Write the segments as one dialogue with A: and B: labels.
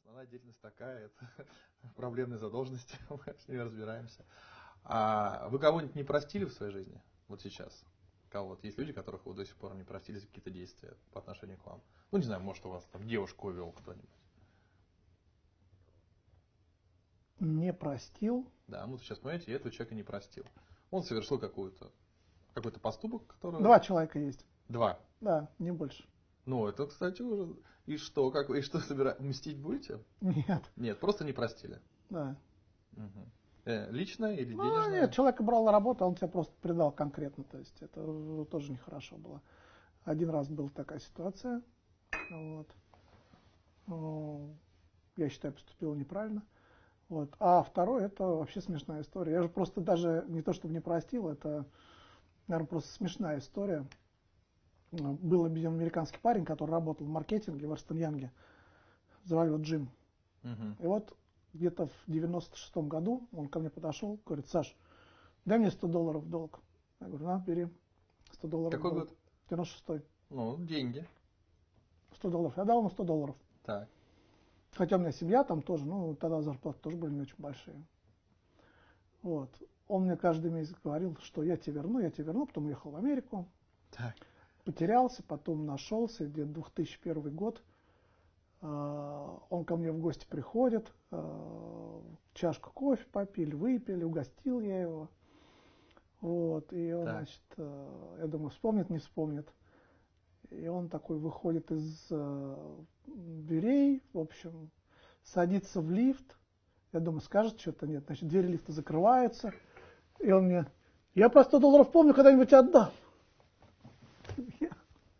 A: основная деятельность такая, это проблемные задолженности, мы с ними разбираемся. А вы кого-нибудь не простили в своей жизни? Вот сейчас. Кого-то. Есть люди, которых вы до сих пор не простили за какие-то действия по отношению к вам. Ну, не знаю, может, у вас там девушку увел кто-нибудь.
B: Не простил.
A: Да, ну, сейчас понимаете, я этого человека не простил. Он совершил какую-то какой-то поступок, который...
B: Два человека есть.
A: Два.
B: Да, не больше.
A: Ну, это, кстати, уже... И что, как вы, и что собираете? Мстить будете?
B: Нет.
A: Нет, просто не простили.
B: Да.
A: Мгм. Э, личное или
B: Ну,
A: денежное?
B: нет, человека брал на работу, а он тебя просто предал конкретно. То есть это э, тоже нехорошо было. Один раз была такая ситуация. Вот. Ну, Я считаю, поступил неправильно. Вот. А второй, это вообще смешная история. Я же просто даже не то, чтобы не простил, это, наверное, просто смешная история. Э, Был один американский парень, который работал в маркетинге в Арстаньянге. Звали его Джим.
A: Мгм.
B: И вот где-то в 96-м году он ко мне подошел, говорит, Саш, дай мне 100 долларов в долг. Я говорю, на, бери 100 долларов
A: Какой
B: в долг.
A: год?
B: 96-й.
A: Ну, деньги.
B: 100 долларов. Я дал ему 100 долларов.
A: Так.
B: Хотя у меня семья там тоже, ну, тогда зарплаты тоже были не очень большие. Вот. Он мне каждый месяц говорил, что я тебе верну, я тебе верну, потом уехал в Америку,
A: Так.
B: потерялся, потом нашелся, где 2001 год. А, Он ко мне в гости приходит, а, чашку кофе попили, выпили, угостил я его. Вот, и он,
A: Так.
B: значит, а, я думаю, вспомнит, не вспомнит. И он такой выходит из а, дверей, в общем, садится в лифт. Я думаю, скажет что-то, нет, значит, двери лифта закрываются. И он мне, я про 100 долларов помню, когда-нибудь отдам. Я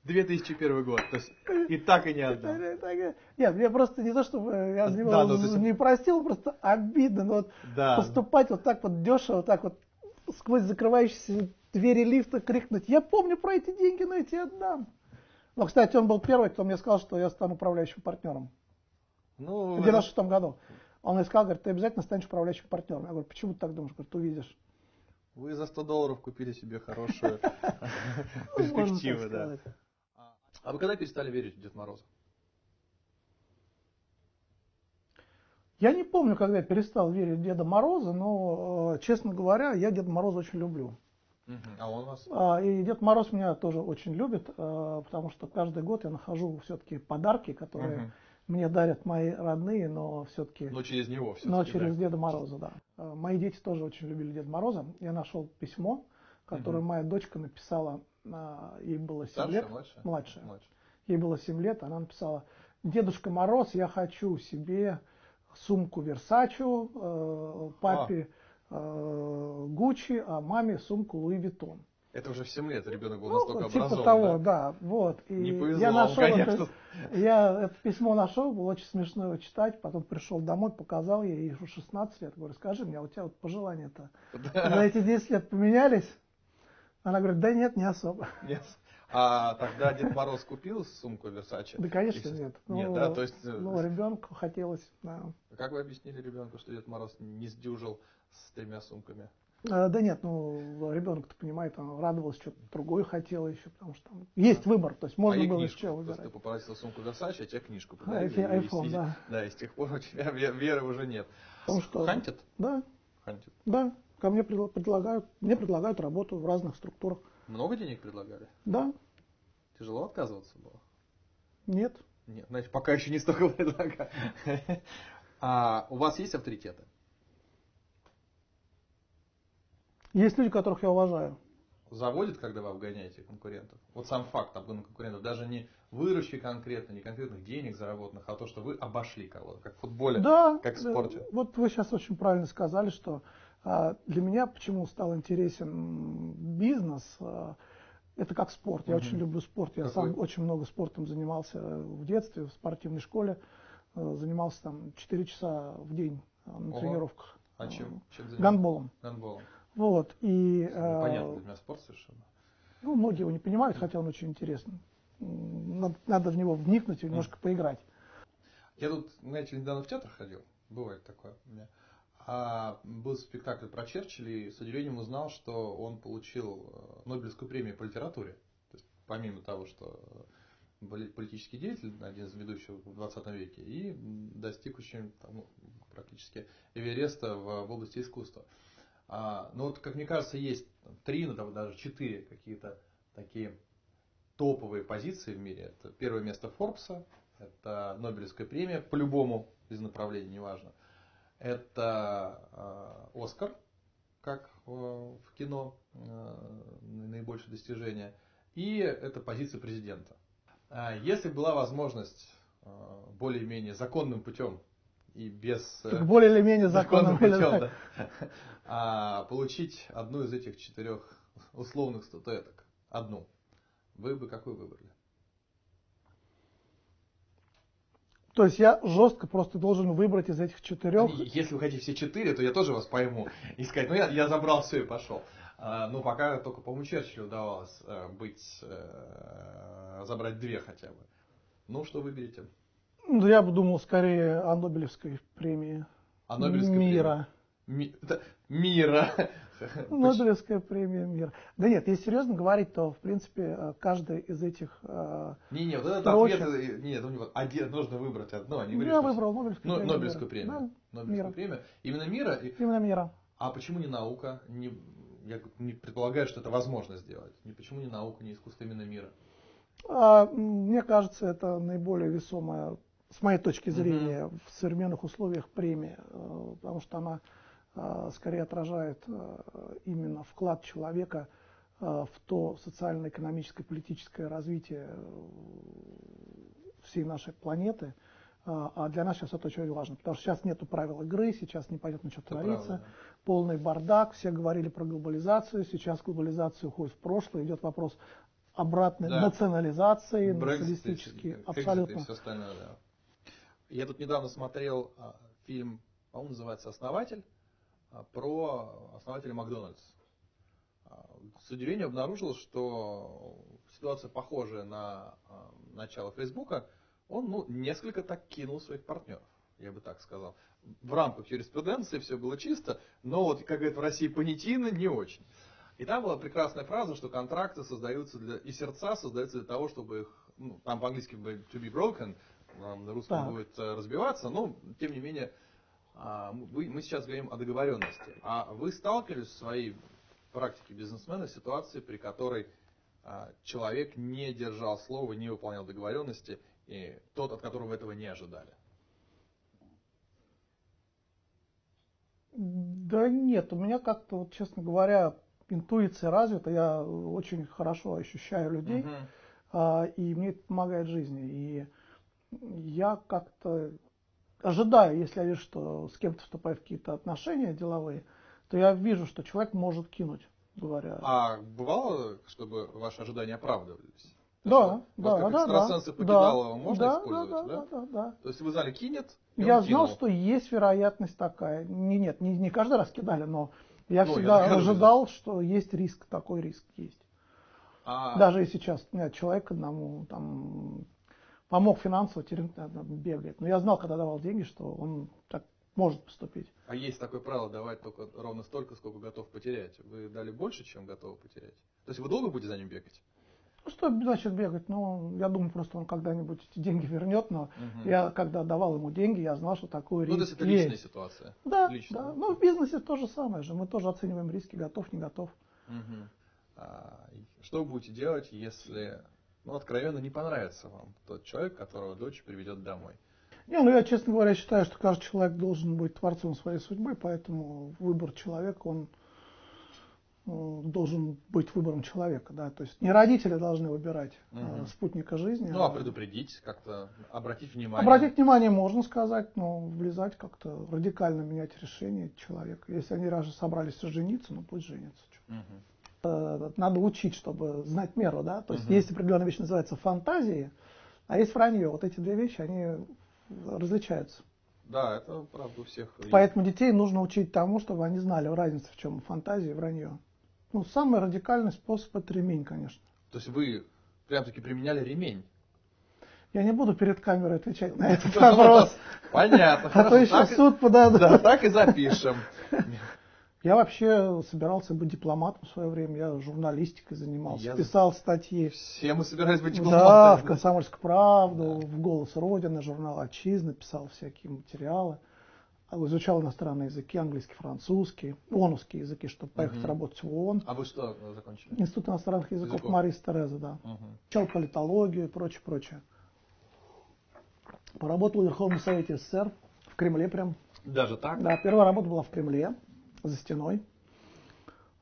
A: 2001 год. То есть и так и не отдал.
B: э, Нет, мне просто не то, чтобы э, я не,
A: Да, ну, то есть-
B: не простил, просто обидно, но вот
A: Да.
B: поступать вот так вот дешево, вот так вот сквозь закрывающиеся двери лифта крикнуть, я помню про эти деньги, но эти отдам. Но, кстати, он был первый, кто мне сказал, что я стану управляющим партнером.
A: Ну,
B: В 96 году. Он мне сказал, говорит, ты обязательно станешь управляющим партнером. Я говорю, почему ты так думаешь? Говорит, увидишь.
A: вы за 100 долларов купили себе хорошую
B: Ну, можно так
A: перспективу, да.
B: сказать.
A: А вы когда перестали верить в Дед Мороза?
B: Я не помню, когда я перестал верить в Деда Мороза, но, э, честно говоря, я Деда Мороза очень люблю.
A: А он вас?
B: А, И Дед Мороз меня тоже очень любит, э, потому что каждый год я нахожу все-таки подарки, которые
A: Мгм.
B: мне дарят мои родные, но все-таки...
A: Ну, через него все
B: Но через Деда Мороза, да. Э, Мои дети тоже очень любили Деда Мороза. Я нашел письмо, которое
A: Мгм.
B: моя дочка написала, а, ей было 7 лет.
A: младше?
B: Младшая. Ей было 7 лет, она написала, Дедушка Мороз, я хочу себе сумку
A: А.
B: Версачу, э, папе э, Гуччи, а маме сумку Луи Виттон.
A: Это уже в 7 лет ребенок был
B: Ну,
A: настолько
B: типа
A: образован. да?
B: того, да. вот. И
A: Не повезло
B: я
A: вам,
B: нашел
A: конечно.
B: Это, я это письмо нашел, было очень смешно его читать, потом пришел домой, показал ей, ей уже 16 лет, говорю, скажи мне, а у тебя вот пожелания-то за эти 10 лет поменялись? Она говорит, да нет, не особо.
A: Нет. А тогда Дед Мороз купил сумку Версачи?
B: Да, конечно, нет.
A: Нет,
B: Ну,
A: да, то есть, э,
B: Ну, ребенку хотелось, да.
A: А как вы объяснили ребенку, что Дед Мороз не сдюжил с тремя сумками?
B: А, Да нет, ну ребенок-то понимает, он радовался, что-то другое хотела еще, потому что там есть выбор, то есть можно
A: а ей
B: было
A: книжку.
B: еще
A: То есть
B: выбирать.
A: ты попросил сумку Версачи, а тебе книжку
B: А,
A: подарили.
B: эти
A: и-
B: iPhone,
A: и-
B: да.
A: Да, и с тех пор у тебя ве- веры уже нет.
B: Потому что-
A: Хантит?
B: Да,
A: Хантит.
B: да, ко мне предла- предлагают, мне предлагают работу в разных структурах.
A: Много денег предлагали?
B: Да,
A: Тяжело отказываться было?
B: нет,
A: Нет, значит, пока еще не столько предлагаю. А у вас есть авторитеты?
B: есть люди, которых я уважаю.
A: Заводит, когда вы обгоняете конкурентов? Вот сам факт обгона конкурентов, даже не выручки конкретно, не конкретных денег заработанных, а то, что вы обошли кого-то, как в футболе,
B: Да,
A: как в
B: да,
A: спорте.
B: вот вы сейчас очень правильно сказали, что а, для меня почему стал интересен м, бизнес, а, это как спорт. Я
A: Мгм.
B: очень люблю спорт. Я сам
A: Какой?
B: очень много спортом занимался э, в детстве, в спортивной школе. Э, Занимался там 4 часа в день э, на
A: Ого.
B: тренировках.
A: А
B: э,
A: чем, чем занимаетесь?
B: Гандболом.
A: Гандболом.
B: Вот. И, э,
A: Непонятно для Ну, меня спорт совершенно.
B: ну, многие его не понимают, хотя он очень интересный. М, Надо, надо в него вникнуть и немножко поиграть.
A: Я тут, знаете, недавно в театр ходил, бывает такое у меня. А был спектакль про Черчилля, и с удивлением узнал, что он получил э, Нобелевскую премию по литературе. То есть, помимо того, что э, поли- политический деятель, один из ведущих в 20 веке, и м, достиг очень там, ну, практически Эвереста в, в области искусства. А, но вот, как мне кажется, есть там три, ну, там, даже четыре какие-то такие топовые позиции в мире. Это первое место Форбса, это Нобелевская премия по любому из направлений, неважно. Это э, Оскар, как э, в кино э, наибольшее достижение. И это позиция президента. А Если была возможность э, более-менее законным путем и без э,
B: Так более или менее законным.
A: законным путем, да, а, получить одну из этих четырех условных статуэток, одну, вы бы какую выбрали?
B: То есть я жестко просто должен выбрать из этих четырех.
A: И Если вы хотите все четыре, то я тоже вас пойму. И сказать, ну я, я забрал все и пошел. А, ну, пока только, по-моему, Черчиллю удавалось э, быть, э, забрать две хотя бы. Ну, что выберете?
B: Ну, Я бы думал скорее о Нобелевской премии.
A: А Нобелевская премия?
B: мира.
A: Ми- да, мира.
B: Нобелевская премия мира. Да нет, если серьезно говорить, то в принципе э, каждый из этих... э,
A: Не, не, вот этот
B: Короче.
A: ответ, э, нет, у него один, нужно выбрать одно, они
B: Я выбрал
A: Ну, Нобелевскую
B: Нобелевскую премию. мира.
A: премию.
B: Да,
A: Нобелевскую
B: мира.
A: премию. Именно мира. И-
B: Именно мира.
A: А почему не наука? Не- я не предполагаю, что это возможно сделать. Не почему не наука, не искусство именно мира?
B: А, м, Мне кажется, это наиболее весомая, с моей точки зрения, в современных условиях премия, э, потому что она э, скорее отражает э, именно вклад человека э, в то социально-экономическое, политическое развитие э, всей нашей планеты. А а для нас сейчас это очень важно, потому что сейчас нету правил игры, сейчас непонятно, что
A: Это
B: творится
A: правда, да.
B: полный бардак, все говорили про глобализацию, сейчас глобализация уходит в прошлое, идет вопрос обратной
A: Да.
B: национализации,
A: Брексит,
B: националистические,
A: Brexit и
B: абсолютно.
A: все остальное, да. Я тут недавно смотрел а, фильм, по-моему, называется «Основатель», а, про основателя Макдональдс. А, С удивлением обнаружил, что ситуация похожая на а, начало Фейсбука. Он ну, несколько так кинул своих партнеров, я бы так сказал. В рамках юриспруденции все было чисто, но вот, как говорят в России, понятийно не очень. И там была прекрасная фраза, что контракты создаются для... и сердца создаются для того, чтобы их... Ну, там по-английски бы to be broken, нам на русском
B: Так.
A: будет э, разбиваться, но, тем не менее, а, мы- вы- мы сейчас говорим о договоренности. А вы сталкивались в своей практике бизнесмена с ситуацией, при которой а, человек не держал слова, не выполнял договоренности, и тот, от которого вы этого не ожидали?
B: Да нет, у меня как-то, вот, честно говоря, интуиция развита, я очень хорошо ощущаю людей,
A: Мгм.
B: а, и мне это помогает в жизни. И я как-то ожидаю, если я вижу, что с кем-то вступаю в какие-то отношения деловые, то я вижу, что человек может кинуть, говоря.
A: А бывало, чтобы ваши ожидания оправдывались? То есть
B: Да,
A: вот- вот
B: да,
A: как
B: да,
A: экстрасенсы
B: да,
A: покидалово
B: да,
A: можно
B: да,
A: использовать,
B: да,
A: да?
B: да, да, да.
A: То есть вы знали, кинет? и он
B: Я знал,
A: кинул.
B: что есть вероятность такая. Не, нет, не, не каждый раз кидали, но я
A: Ну, я
B: всегда
A: догадываюсь.
B: ожидал, что есть риск, такой риск есть.
A: А,
B: Даже и сейчас у меня человек одному там помог финансово, теперь он, наверно, бегает. Но я знал, когда давал деньги, что он так может поступить.
A: а есть такое правило давать только ровно столько, сколько готов потерять. Вы дали больше, чем готовы потерять? То есть вы долго будете за ним бегать?
B: Ну, Что значит бегать? Ну, я думаю, просто он когда-нибудь эти деньги вернет, но
A: Мгм.
B: я, когда давал ему деньги, я знал, что такой
A: Ну,
B: риск
A: то есть это личная
B: есть.
A: ситуация.
B: Да,
A: Лично.
B: да. Ну, в бизнесе то же самое же. Мы тоже оцениваем риски, готов, не готов.
A: Мгм. А, и что вы будете делать, если, ну, откровенно не понравится вам тот человек, которого дочь приведет домой?
B: Не, ну я, честно говоря, считаю, что каждый человек должен быть творцом своей судьбы, поэтому выбор человека, он э, должен быть выбором человека, да, то есть не родители должны выбирать э,
A: Мгм.
B: спутника жизни.
A: Ну, а предупредить, как-то обратить внимание.
B: Обратить внимание можно сказать, но влезать как-то, радикально менять решение человека. Если они даже собрались жениться, ну пусть женятся. Чё.
A: Мгм.
B: Э, Надо учить, чтобы знать меру, да, то есть
A: Мгм.
B: есть определенная вещь, называется фантазии, а есть вранье. Вот эти две вещи, они различаются.
A: Да, это правда у всех. И-
B: Поэтому детей нужно учить тому, чтобы они знали разницу, в чем фантазия и вранье. Ну, самый радикальный способ – это ремень, конечно.
A: То есть вы прям-таки применяли ремень.
B: Я не буду перед камерой отвечать на этот вопрос,
A: Понятно.
B: а то
A: хорошо.
B: еще
A: Так и-
B: суд подадут.
A: Да, так и запишем.
B: Я вообще собирался быть дипломатом в свое время, я журналистикой занимался,
A: Я-
B: писал статьи.
A: Все мы собирались быть
B: Да,
A: дипломатами.
B: в «Комсомольскую правду»,
A: Да.
B: в «Голос Родины», журнал «Отчизна», писал всякие материалы. А Изучал иностранные языки, английский, французский, оновские языки, чтобы поехать
A: Мгм.
B: работать в ООН.
A: А вы что э, закончили?
B: Институт иностранных языков
A: Языков.
B: Марии Тереза, да.
A: Мгм.
B: Учил политологию и прочее, прочее. Поработал в Верховном Совете СССР, в Кремле прям.
A: Даже так?
B: Да, первая работа была в Кремле, за стеной.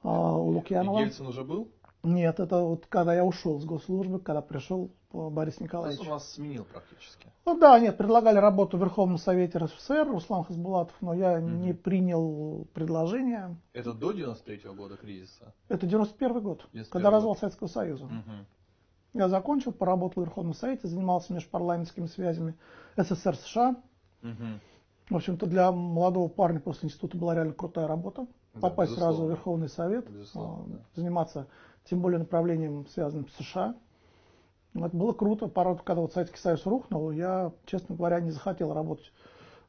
B: А, у
A: И
B: Лукьянова.
A: Ельцин уже был?
B: Нет, это вот когда я ушел с госслужбы, когда пришел э, Борис Николаевич.
A: Он вас сменил практически.
B: Ну да, нет, предлагали работу в Верховном Совете РСФСР, Руслан Хасбулатов, но я
A: Мгм.
B: не принял предложение.
A: Это до 93 года кризиса?
B: Это 91 год,
A: 91
B: когда
A: год.
B: развал Советского Союза.
A: Мгм.
B: Я закончил, поработал в Верховном Совете, занимался межпарламентскими связями СССР-США.
A: Мгм.
B: В общем-то, для молодого парня после института была реально крутая работа.
A: Да,
B: Попасть сразу в
A: безусловно.
B: Верховный Совет,
A: Безусловно,
B: а,
A: да.
B: заниматься тем более направлением, связанным с США. Ну, Это было круто. Порой, когда вот Советский Союз рухнул, я, честно говоря, не захотел работать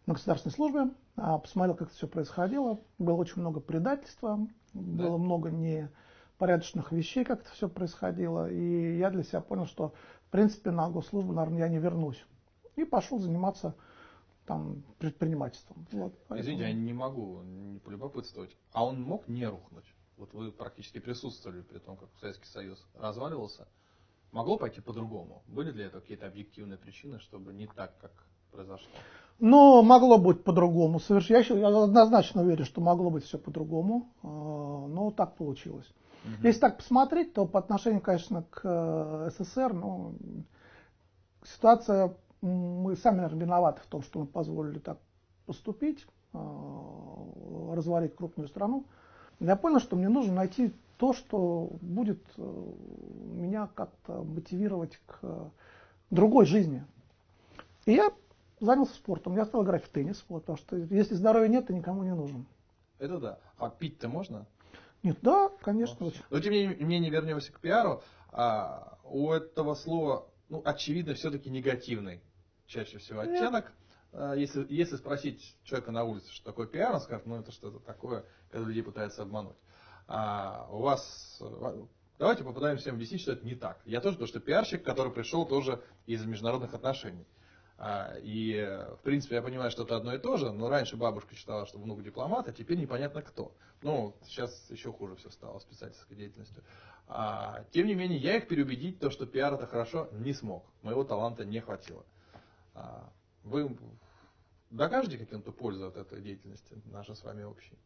B: на государственной службе, а посмотрел, как это все происходило. Было очень много предательства, было много непорядочных вещей, как это все происходило. И я для себя понял, что, в принципе, на госслужбу, наверное, я не вернусь. И пошел заниматься там предпринимательством. Вот, поэтому-
A: Извините, а я не могу не полюбопытствовать. А он мог не рухнуть? Вот вы практически присутствовали при том, как Советский Союз разваливался. Могло пойти по-другому? Были для этого какие-то объективные причины, чтобы не так, как произошло?
B: Но могло быть по-другому. Совершенно, я щас- я однозначно уверен, что могло быть все по-другому, э, но так получилось. Если так посмотреть, то по отношению, конечно, к э, СССР, ну, ситуация, м, мы сами, наверное, виноваты в том, что мы позволили так поступить, э, развалить крупную страну. Я понял, что мне нужно найти то, что будет э, меня как-то мотивировать к э, другой жизни. И я занялся спортом. Я стал играть в теннис, вот, потому что если здоровья нет, ты никому не нужен.
A: Это да. А пить-то можно?
B: Нет, да, конечно. очень.
A: Но тем не менее вернемся к пиару. А, у этого слова, ну, очевидно, все-таки негативный чаще всего
B: Нет.
A: оттенок. А, Если, если спросить человека на улице, что такое пиар, он скажет, ну это что-то такое, когда людей пытаются обмануть. А, у вас... э, ва- Давайте попытаемся всем объяснить, что это не так. Я тоже, потому что пиарщик, который пришел тоже из международных отношений. А, и, э, в принципе, я понимаю, что это одно и то же, но раньше бабушка считала, что внук дипломат, а теперь непонятно кто. Ну, сейчас еще хуже все стало с писательской деятельностью. А, тем не менее, я их переубедить, то, что пиар это хорошо, не смог. Моего таланта не хватило. А, вы докажете каким-то пользу от этой деятельности, нашей с вами общей?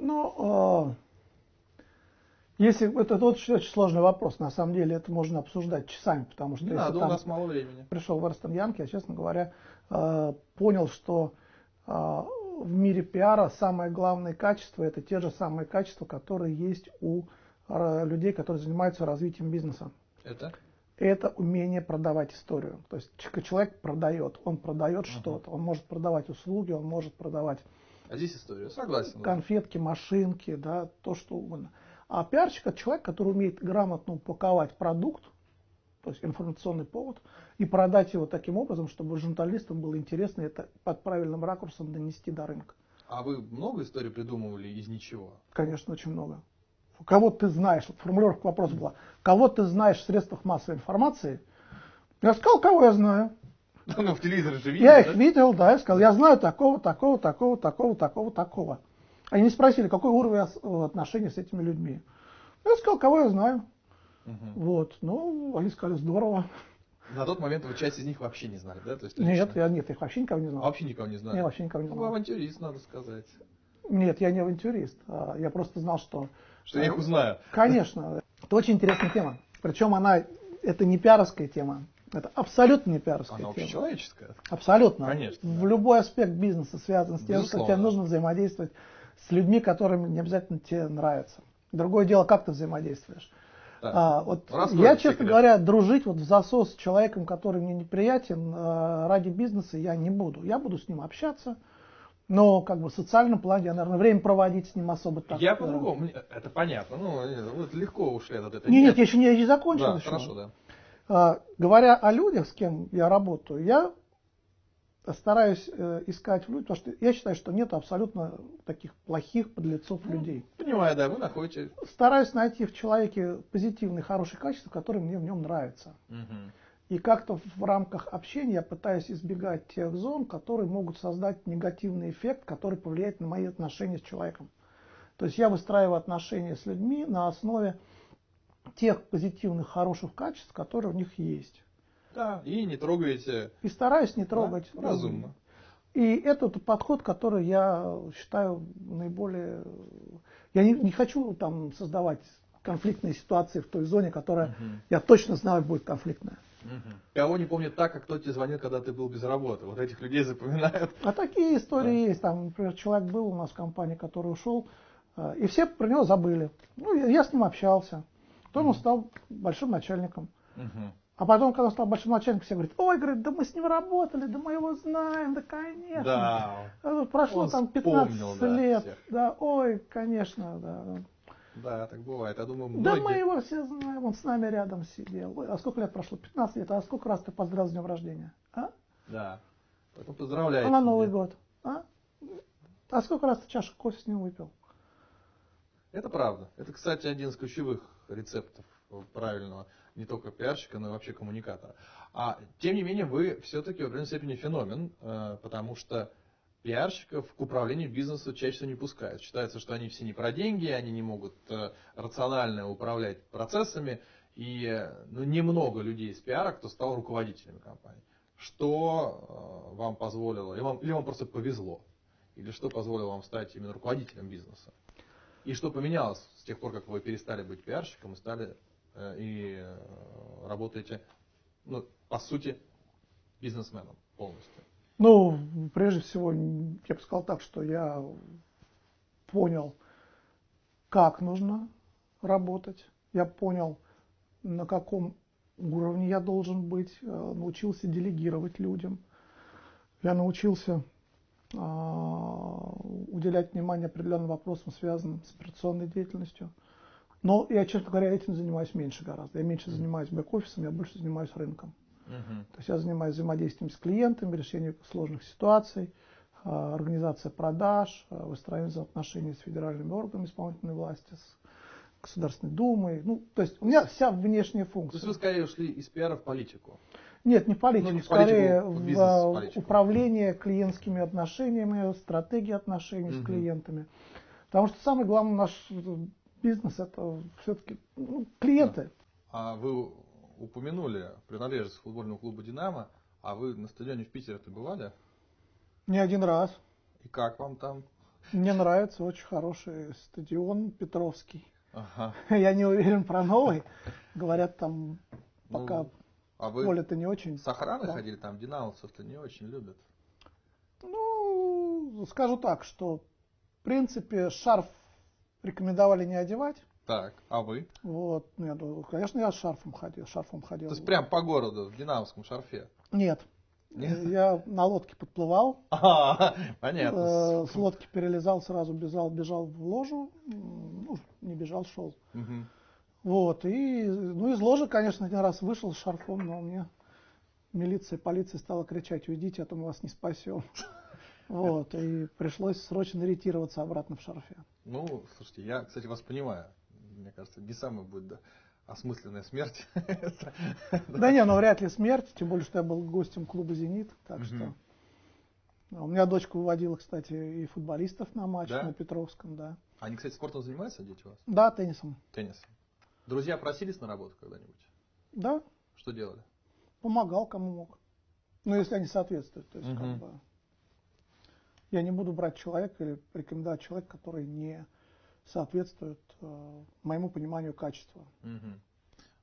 B: Ну, э, если это тот очень очень сложный вопрос, на самом деле это можно обсуждать часами, потому что
A: Не
B: если
A: надо, ну, у
B: там
A: нас мало времени.
B: пришел в Эрстон Янг, я, честно говоря, э, понял, что э, в мире пиара самое главное качество это те же самые качества, которые есть у э, людей, которые занимаются развитием бизнеса.
A: Это?
B: это умение продавать историю. То есть ч- человек продает, он продает
A: Ага.
B: что-то, он может продавать услуги, он может продавать
A: А здесь история. Согласен. да.
B: конфетки, машинки, да, то что угодно. А пиарщик это человек, который умеет грамотно упаковать продукт, то есть информационный повод, и продать его таким образом, чтобы журналистам было интересно это под правильным ракурсом донести до рынка.
A: А вы много историй придумывали из ничего?
B: Конечно, очень много. Кого ты знаешь? Вот Формулировка вопроса была. Кого ты знаешь в средствах массовой информации? Я сказал, кого я знаю.
A: Ну, в телевизоре же
B: Я
A: да?
B: их видел, да, я сказал, я знаю такого, такого, такого, такого, такого, такого. Они не спросили, какой уровень ос- э, отношений с этими людьми. Я сказал, кого я знаю.
A: Мгм.
B: Вот, ну, они сказали, здорово.
A: На тот момент вы часть из них вообще не знали, да? То есть,
B: Нет,
A: лично?
B: я, нет, я их вообще никого не
A: А
B: знал.
A: Вообще никого не знали?
B: Я вообще никого не
A: Ну, вы
B: знал.
A: авантюрист, надо сказать.
B: Нет, я не авантюрист. а Я просто знал, что...
A: Что я их узнаю.
B: Конечно. Это очень интересная тема. Причем она... Это не пиаровская тема. Это абсолютно не пиаровская
A: Она
B: тема.
A: общечеловеческая.
B: Абсолютно.
A: Конечно,
B: В
A: да.
B: любой аспект бизнеса связан с тем, что
A: Безусловно.
B: тебе нужно взаимодействовать с людьми, которым не обязательно тебе нравится. Другое дело, как ты взаимодействуешь.
A: Так.
B: А, вот
A: Раскрой
B: я,
A: этот
B: честно
A: секрет.
B: говоря, дружить вот в засос с человеком, который мне неприятен, э, ради бизнеса я не буду. Я буду с ним общаться, но как бы в социальном плане я, наверное, время проводить с ним особо так.
A: я
B: э,
A: по-другому, мне- это понятно. Ну, э, вы легко ушли от этой.
B: Не, нет, я еще не, я не
A: Да,
B: закончил. еще.
A: хорошо, да.
B: А, Говоря о людях, с кем я работаю, я стараюсь э, искать в людях, потому что я считаю, что нет абсолютно таких плохих подлецов
A: Ну,
B: людей.
A: Понимаю, да, вы находите.
B: Стараюсь найти в человеке позитивные, хорошие качества, которые мне в нем нравятся.
A: Мгм.
B: И как-то в рамках общения я пытаюсь избегать тех зон, которые могут создать негативный эффект, который повлияет на мои отношения с человеком. То есть я выстраиваю отношения с людьми на основе тех позитивных, хороших качеств, которые у них есть.
A: Да, и не трогаете.
B: И стараюсь не
A: да,
B: трогать.
A: разумно.
B: И это тот подход, который я считаю наиболее... Я не, не хочу там создавать конфликтные ситуации в той зоне, которая,
A: Мгм.
B: я точно знаю, будет конфликтная.
A: Мгм. Кого не помнит так, как кто тебе звонил, когда ты был без работы. Вот этих людей запоминают.
B: А такие истории есть. Там, например, человек был у нас в компании, который ушел, э, и все про него забыли. Ну, я, я с ним общался. Потом он
A: Мгм.
B: стал большим начальником.
A: Мгм.
B: А потом, когда он стал большим начальником, все говорят, ой, говорит, да мы с ним работали, да мы его знаем, да конечно.
A: Да.
B: А вот Прошло
A: Он
B: там 15
A: вспомнил, да,
B: лет.
A: всех.
B: Да, ой, конечно, да.
A: Да, так бывает. Я думаю,
B: Да мы
A: многие...
B: его все знаем, он с нами рядом сидел. Ой, а сколько лет прошло? 15 лет. А сколько раз ты поздравил с днем рождения? А?
A: Да. Поэтому
B: А
A: поздравляю.
B: на Новый год? А? А сколько раз ты чашку кофе с ним выпил?
A: Это правда. Это, кстати, один из ключевых рецептов э, правильного не только пиарщика, но и вообще коммуникатора. А тем не менее, вы все-таки в определенной степени феномен, э, потому что пиарщиков к управлению бизнесу чаще всего не пускают. Считается, что они все не про деньги, они не могут э, рационально управлять процессами, и э, ну, немного людей из пиара, кто стал руководителями компании. Что э, вам позволило, или вам, или вам просто повезло, или что позволило вам стать именно руководителем бизнеса? И что поменялось с тех пор, как вы перестали быть пиарщиком и стали э, и э, работаете, ну, по сути, бизнесменом полностью?
B: Ну, прежде всего, я бы сказал так, что я понял, как нужно работать. Я понял, на каком уровне я должен быть. э, Научился делегировать людям. Я научился а, уделять внимание определенным вопросам, связанным с операционной деятельностью. Но я, честно говоря, этим занимаюсь меньше гораздо. Я меньше
A: Мгм.
B: занимаюсь бэк-офисом, я больше занимаюсь рынком. То есть я занимаюсь взаимодействием с клиентами, решением сложных ситуаций, э, организация продаж, э, выстраивание взаимоотношений с федеральными органами исполнительной власти, с Государственной Думой. Ну, то есть у меня вся внешняя
A: Ну, То есть
B: функция.
A: вы скорее ушли из пиара в политику.
B: Нет, не в политику,
A: Ну, не в
B: скорее
A: политику, в
B: в,
A: бизнес, в
B: э,
A: политику.
B: управление клиентскими отношениями, стратегии отношений
A: Мгм.
B: с клиентами. Потому что самый главный наш э, бизнес это все-таки клиенты.
A: А вы упомянули принадлежность к футбольному клубу «Динамо», а вы на стадионе в Питере-то бывали?
B: Не один раз.
A: И как вам там?
B: Мне нравится очень хороший стадион Петровский.
A: Ага.
B: Я не уверен про новый. Говорят, там пока
A: Ну, а вы
B: поле-то не очень.
A: с охраной
B: Да.
A: ходили? Там динамовцев-то не очень любят.
B: Ну, скажу так, что в принципе шарф рекомендовали не одевать.
A: Так, а вы?
B: Вот, нет, ну, конечно, я с шарфом ходил, с шарфом
A: То
B: ходил.
A: есть прям по городу в динамовском шарфе?
B: Нет.
A: Нет?
B: Я на лодке подплывал,
A: А,
B: э,
A: понятно.
B: с лодки перелезал, сразу бежал, бежал в ложу, М, ну, не бежал, шел.
A: Мгм.
B: Вот, и, ну, из ложи, конечно, один раз вышел с шарфом, но мне милиция, полиция стала кричать, уйдите, а то мы вас не спасем. Вот, и пришлось срочно ретироваться обратно в шарфе.
A: Ну, слушайте, я, кстати, вас понимаю. Мне кажется, не самая будет да, осмысленная смерть.
B: Да не, ну вряд ли смерть, тем более, что я был гостем клуба «Зенит», так
A: Мгм.
B: что... А У меня дочка выводила, кстати, и футболистов на матч
A: Да?
B: на Петровском, да.
A: Они, кстати, спортом занимаются, дети у вас?
B: Да, теннисом.
A: Теннисом. Друзья просились на работу когда-нибудь?
B: Да,
A: Что делали?
B: помогал кому мог. Ну, если они соответствуют, то есть как
A: Мгм.
B: бы... Я не буду брать человека или рекомендовать человека, который не соответствует э, моему пониманию качества.
A: Мгм.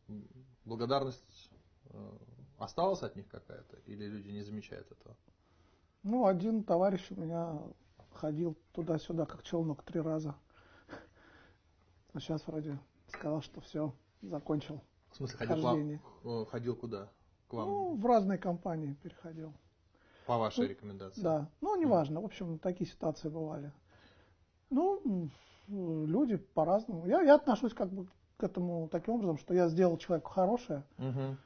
A: М, Благодарность э, осталась от них какая-то? Или люди не замечают этого?
B: Ну, один товарищ у меня ходил туда-сюда, как челнок, три раза. А сейчас вроде сказал, что все, закончил.
A: В смысле, ходил, к
B: Хождение.
A: вам- э, ходил куда? К вам?
B: Ну, в разные компании переходил.
A: по вашей
B: ну,
A: рекомендации?
B: Да, ну,
A: Мгм.
B: неважно, в общем, такие ситуации бывали. Ну, м, э, люди по-разному. Я, я отношусь как бы к этому таким образом, что я сделал человеку хорошее,
A: Мгм.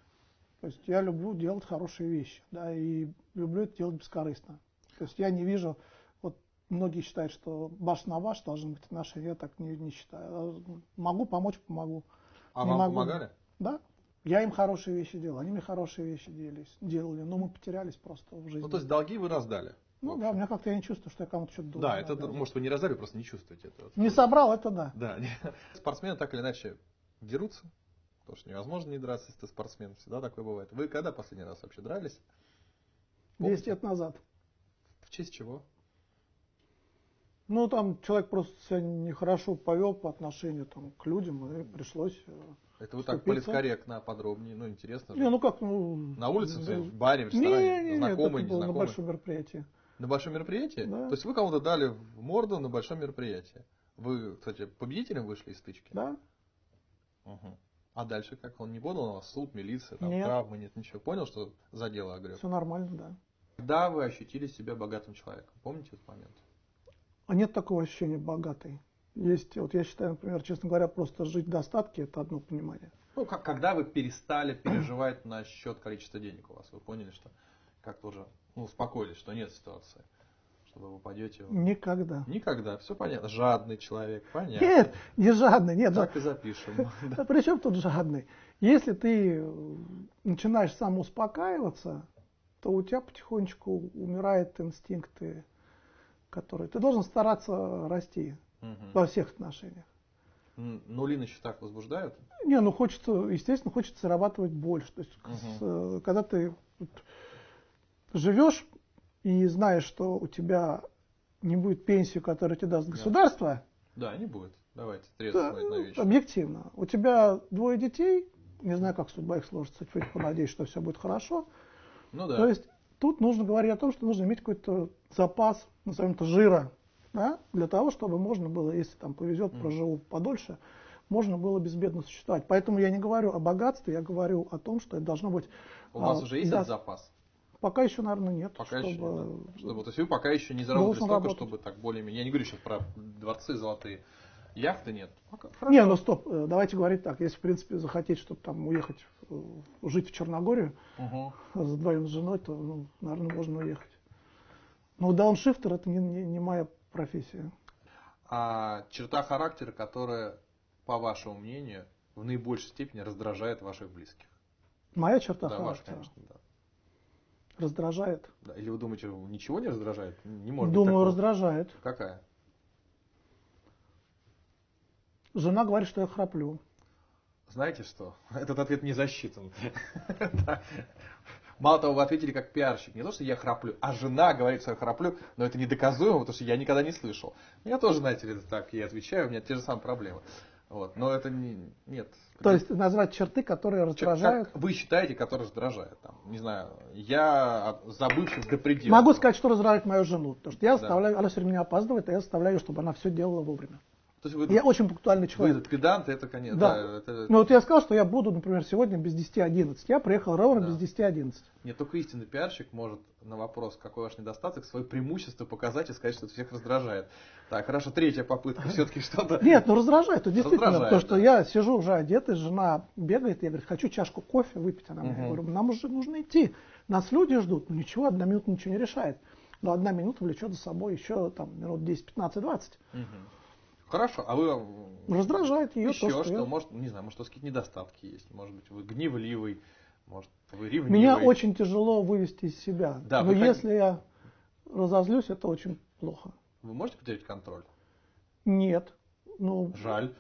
B: То есть я люблю делать хорошие вещи, да, и люблю это делать бескорыстно. То есть я не вижу, вот многие считают, что баш на баш должны быть отношения, я так не, не считаю. А, Могу помочь, помогу.
A: А
B: Не
A: вам
B: могу.
A: помогали?
B: Да, я им хорошие вещи делал, они мне хорошие вещи делись, делали, но мы потерялись просто в жизни.
A: Ну, то есть долги вы раздали.
B: Ну
A: в
B: да, у
A: общем.
B: меня как-то я не чувствую, что я кому-то что-то должен.
A: Да, это, может, вы не раздали, просто не чувствуете это.
B: Не собрал, это да.
A: Да, не- спортсмены так или иначе дерутся, потому что невозможно не драться, если ты спортсмен, всегда такое бывает. Вы когда последний раз вообще дрались?
B: 10
A: Помните?
B: лет назад.
A: В честь чего?
B: Ну, там человек просто себя нехорошо повел по отношению там, к людям, и пришлось... э,
A: Это вы так
B: Вступиться.
A: политкорректно, подробнее, ну интересно же.
B: Не, ну как, ну...
A: На улице, в
B: ну,
A: своем баре, в
B: не, не,
A: ресторане,
B: не, это
A: знакомые,
B: было на
A: незнакомые.
B: большом мероприятии.
A: На большом мероприятии?
B: Да.
A: То есть вы кому-то дали в морду на большом мероприятии. Вы, кстати, победителем вышли из стычки?
B: Да?
A: Мгм. А дальше как? Он не подал на вас суд, милиция, там,
B: Нет.
A: травмы, нет ничего. Понял, что за дело огреб?
B: Все нормально, да.
A: Когда вы ощутили себя богатым человеком? Помните этот момент?
B: А нет такого ощущения богатый. Есть, вот я считаю, например, честно говоря, просто жить в достатке – это одно понимание.
A: Ну, как, когда вы перестали переживать насчет количества денег у вас? Вы поняли, что как-то уже ну, успокоились, что нет ситуации, что вы упадете. в-
B: Никогда.
A: Никогда, все понятно. Жадный человек, понятно.
B: Нет, не жадный, нет,
A: Так и запишем.
B: Да при чем А тут жадный? Если ты э, начинаешь самоуспокаиваться, то у тебя потихонечку умирают инстинкты, которые... Ты должен стараться расти
A: Мгм.
B: во всех отношениях.
A: М, ну, Нули на счетах возбуждают?
B: Не, ну хочется, естественно, хочется зарабатывать больше. То есть,
A: Мгм.
B: с, э, когда ты вот живешь и знаешь, что у тебя не будет пенсию, которую тебе даст
A: Да.
B: государство,
A: Да, не будет. Давайте трезво
B: Да,
A: смотреть на
B: ну,
A: вещи.
B: объективно. У тебя двое детей, не знаю, как судьба их сложится, чуть понадеюсь, что все будет хорошо.
A: Ну да.
B: То есть тут нужно говорить о том, что нужно иметь какой-то запас, назовем это, жира, да, для того, чтобы можно было, если там повезет,
A: Мгм.
B: проживу подольше, можно было безбедно существовать. Поэтому я не говорю о богатстве, я говорю о том, что это должно быть...
A: У
B: а,
A: вас уже есть
B: да.
A: этот запас?
B: Пока еще, наверное, нет.
A: Пока еще
B: чтобы-
A: нет, да? Чтобы, то есть вы пока еще не заработали
B: Должен
A: столько,
B: работать.
A: чтобы так более-менее... Я не говорю сейчас про дворцы золотые. Яхты нет. Пока-
B: Не,
A: Хорошо.
B: ну стоп, э, давайте говорить так. Если, в принципе, захотеть, чтобы там уехать, э, жить в Черногорию,
A: Мгм.
B: вдвоем с женой, то, ну, наверное, можно уехать. Но дауншифтер это не, не- не моя профессия.
A: А черта характера, которая, по вашему мнению, в наибольшей степени раздражает ваших близких?
B: Моя черта
A: да, ваших,
B: характера
A: конечно, да.
B: раздражает.
A: Да, Или вы думаете, ничего не раздражает? Не может быть такого.
B: Думаю, раздражает.
A: Какая?
B: Жена говорит, что я храплю.
A: Знаете что? Этот ответ не засчитан. Да. Мало того, вы ответили как пиарщик. Не то, что я храплю, а жена говорит, что я храплю, но это недоказуемо, потому что я никогда не слышал. Я тоже, знаете ли, так я отвечаю, у меня те же самые проблемы. Вот. Но это не... Нет.
B: То есть назвать черты, которые
A: Чё,
B: раздражают.
A: как вы считаете, который раздражает? Там, не знаю, я от- забывшись до предела.
B: Могу сказать, что раздражает мою жену. Потому что я
A: Да.
B: оставляю, она все время меня опаздывает, а я оставляю, её, чтобы она все делала вовремя.
A: То есть вы,
B: Я очень пунктуальный
A: вы
B: человек.
A: педант, это, конечно,
B: Да.
A: да, это-
B: Но вот я сказал, что я буду, например, сегодня без 10-11. Я приехал ровно
A: Да.
B: без 10-11.
A: Нет, только истинный пиарщик может на вопрос, какой ваш недостаток, свое преимущество показать и сказать, что это всех раздражает. Так, хорошо, третья попытка, все-таки что-то.
B: Нет, ну раздражает, это действительно,
A: Раздражает,
B: потому что
A: да.
B: я сижу уже одетый, жена бегает, я говорю, хочу чашку кофе выпить, она мне,
A: Мгм.
B: я говорю, нам уже нужно идти, нас люди ждут, ну ничего, одна минута ничего не решает, но одна минута влечет за собой еще там минут 10, 15, 20,
A: Мгм. Хорошо, а вы м,
B: раздражает ее
A: еще
B: то, что,
A: что,
B: я-
A: может, не знаю, может, у вас какие-то недостатки есть, может быть, вы гневливый, может, вы ревнивый.
B: меня очень тяжело вывести из себя,
A: Да,
B: но
A: вы, конечно-
B: если я разозлюсь, это очень плохо.
A: Вы можете потерять контроль?
B: Нет, ну
A: Жаль,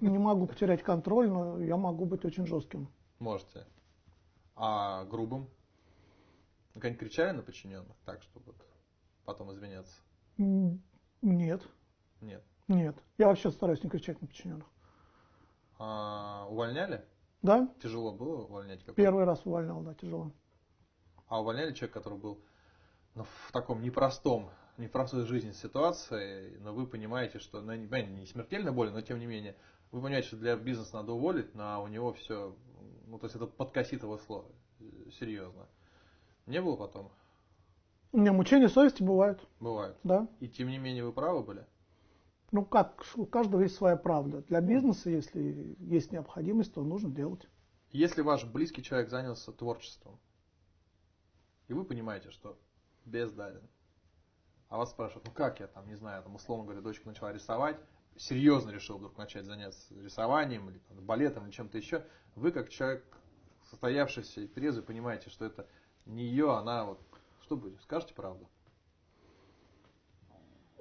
B: не могу потерять контроль, но я могу быть очень жестким.
A: можете. А грубым? Вы Как-нибудь кричали на подчиненных так, чтобы вот потом извиняться?
B: М, Нет,
A: Нет.
B: нет, я вообще стараюсь не кричать на подчиненных.
A: А, увольняли?
B: Да?
A: Тяжело было увольнять? какого-то?
B: Первый раз увольнял, да, тяжело.
A: А увольняли человека, который был ну, в таком непростом, непростой жизни ситуации, но вы понимаете, что, ну, не, понятно, не смертельно болен, но тем не менее, вы понимаете, что для бизнеса надо уволить, но у него все, ну, то есть это подкосит его слово, э, серьезно. Не было потом?
B: У меня мучения совести бывают,
A: Бывает.
B: да.
A: И тем не менее вы правы были?
B: Ну как, у каждого есть своя правда. Для бизнеса, если есть необходимость, то нужно делать.
A: Если ваш близкий человек занялся творчеством, и вы понимаете, что бездарен, а вас спрашивают, ну как я там, не знаю, там, условно говоря, дочка начала рисовать, серьезно решил вдруг начать заняться рисованием, или там, балетом, или чем-то еще, вы как человек состоявшийся и трезвый понимаете, что это не ее, она вот, что будет, скажете правду?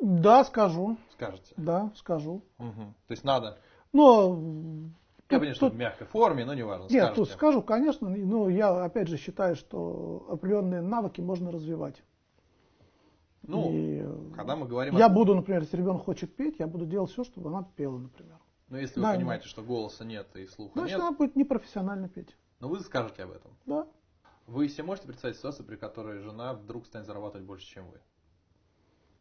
B: Да, скажу.
A: Скажете.
B: Да, скажу.
A: Мгм. То есть надо,
B: Но
A: я
B: тут-
A: понимаю, что
B: тут-
A: в мягкой форме, но неважно,
B: Нет, тут
A: скажете.
B: скажу, конечно, но я опять же считаю, что определенные навыки можно развивать.
A: Ну,
B: И, э,
A: когда мы говорим
B: я
A: о-
B: буду, например, если ребенок хочет петь, я буду делать все, чтобы она пела, например.
A: Ну, если вы
B: Да, Ну,
A: понимаете, что голоса нет и слуха
B: Значит,
A: нет,
B: она будет непрофессионально петь.
A: но Ну, вы скажете об этом.
B: Да.
A: Вы себе можете представить ситуацию, при которой жена вдруг станет зарабатывать больше, чем вы?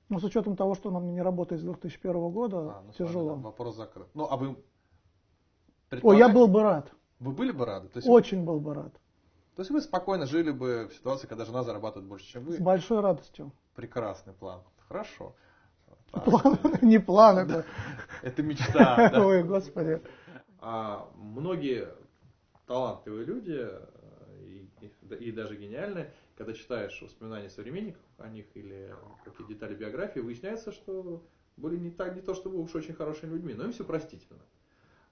B: Но с учетом того, что она мне не работает с 2001 года,
A: А, ну, с вами,
B: Э, тяжело.
A: да, вопрос закрыт. Ну, а вы...
B: О, я
A: предполагаете-
B: был бы рад.
A: Вы были бы рады? То есть,
B: Очень был бы рад.
A: то есть вы спокойно жили бы в ситуации, когда жена зарабатывает больше, чем вы?
B: С большой радостью.
A: Прекрасный план. Хорошо. Так,
B: План, не план это.
A: Это мечта. А. да.
B: Ой, господи.
A: А многие талантливые люди э, и, и- да- и даже гениальные, когда читаешь воспоминания современников о них или какие детали биографии, выясняется, что были не так не то чтобы уж очень хорошими людьми, но им все простительно.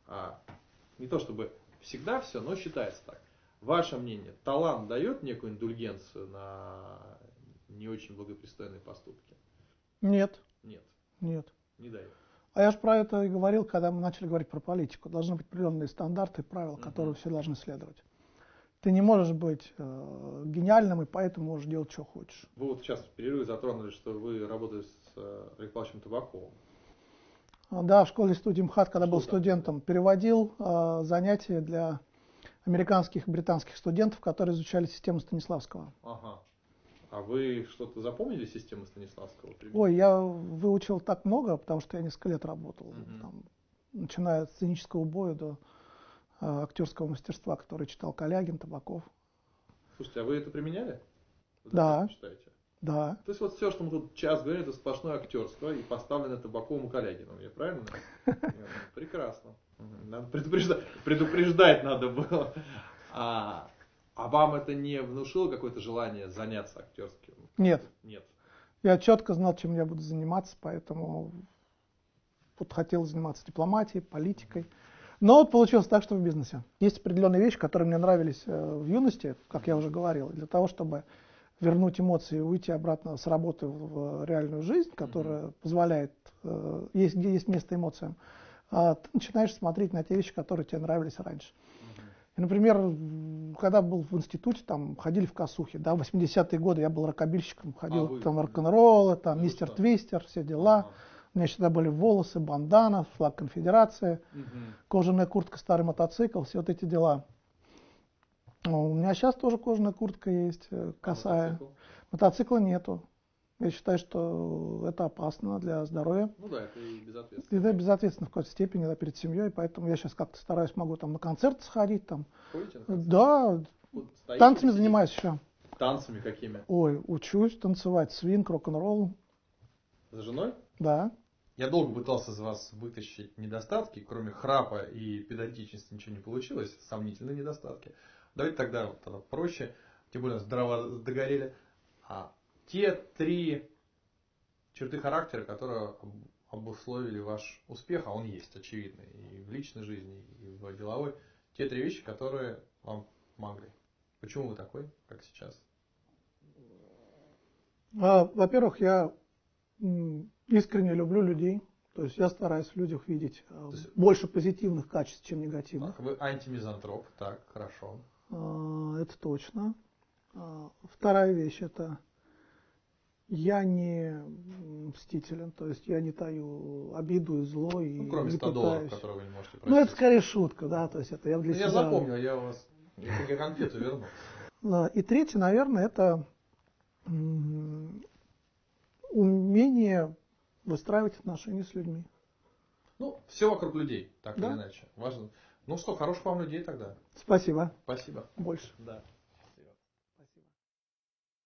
A: А, не то чтобы всегда все, но считается так. Ваше мнение, талант дает некую индульгенцию на не очень благопристойные поступки?
B: Нет,
A: Нет,
B: нет.
A: не дает.
B: А я же про это и говорил, когда мы начали говорить про политику. Должны быть определенные стандарты, правила,
A: Мгм.
B: которые все должны следовать. Ты не можешь быть э, гениальным, и поэтому можешь делать, что хочешь.
A: Вы вот сейчас в перерыве затронули, что вы работали с э, Олегом Павловичем Табаковым.
B: А, Да, в школе студии МХАТ, когда
A: Что
B: был
A: там?
B: студентом, переводил э, занятия для американских и британских студентов, которые изучали систему Станиславского.
A: Ага. А вы что-то запомнили систему Станиславского? примерно?
B: Ой, я выучил так много, потому что я несколько лет работал,
A: Мгм.
B: там, начиная от сценического боя до э, актерского мастерства, который читал Калягин, Табаков.
A: Слушайте, а вы это применяли? Вы
B: Да.
A: так Считаете?
B: Да.
A: То есть вот все, что мы тут час говорим, это сплошное актерство и поставлено Табаковым и Калягином, я правильно? ну, Прекрасно. Мгм. Надо предупреждать, предупреждать надо было. А, а вам это не внушило какое-то желание заняться актерским?
B: Нет.
A: Нет.
B: Я четко знал, чем я буду заниматься, поэтому вот хотел заниматься дипломатией, политикой. Но вот получилось так, что в бизнесе. Есть определенные вещи, которые мне нравились э, в юности, как я уже говорил, И для того, чтобы вернуть эмоции и уйти обратно с работы в э, реальную жизнь, которая позволяет, э, есть, где есть место эмоциям, а, ты начинаешь смотреть на те вещи, которые тебе нравились раньше.
A: Мгм.
B: И, например, м, когда был в институте, там ходили в косухи, да, в 80-е годы я был рокобильщиком, ходил
A: А вы-
B: там рок-н-роллы, там
A: Ну,
B: мистер
A: что?
B: Твистер, все дела.
A: Ага.
B: У меня всегда были волосы, бандана, флаг конфедерации,
A: Мгм. А
B: кожаная куртка, старый мотоцикл, все вот эти дела. Ну, У меня сейчас тоже кожаная куртка есть, э,
A: А
B: косая.
A: мотоцикл?
B: Мотоцикла нету. Я считаю, что это опасно для здоровья.
A: Ну да, это и
B: И
A: безответственно.
B: да, безответственно в какой-то степени да, перед семьей, поэтому я сейчас как-то стараюсь, могу там на концерт сходить, там.
A: Ходите на концерты?
B: Да,
A: Вот стоите
B: танцами
A: или сидите?
B: занимаюсь еще.
A: Танцами какими?
B: Ой, учусь танцевать, свинг, рок-н-ролл,
A: За женой?
B: да.
A: Я долго пытался из вас вытащить недостатки, кроме храпа и педантичности ничего не получилось, сомнительные недостатки. Давайте тогда, вот тогда проще, тем более у нас дрова догорели. А те три черты характера, которые об- обусловили ваш успех, а он есть, очевидно, и в личной жизни, и в деловой, те три вещи, которые вам помогли. Почему вы такой, как сейчас?
B: А, Во-первых, я м, искренне люблю людей, то есть я стараюсь в людях видеть э,
A: есть-
B: больше позитивных качеств, чем негативных.
A: Так, вы антимизантроп, так, хорошо.
B: А, Это точно. А, Вторая вещь это я не м, мстителен, то есть я не таю обиду и зло и
A: Ну, кроме
B: не
A: 100 долларов,
B: пытаюсь.
A: которые вы не можете
B: Ну, это
A: простить.
B: скорее шутка, да, то есть это я для
A: Ну, Я
B: себя-
A: запомнил, я у вас я тебе конфету верну.
B: Да, Э, И третье, наверное, это м, умение выстраивать отношения с людьми.
A: Ну, все вокруг людей, так
B: Да.
A: или иначе. Важно. Ну что, хороших вам людей тогда.
B: Спасибо.
A: Спасибо.
B: Больше.
A: Да.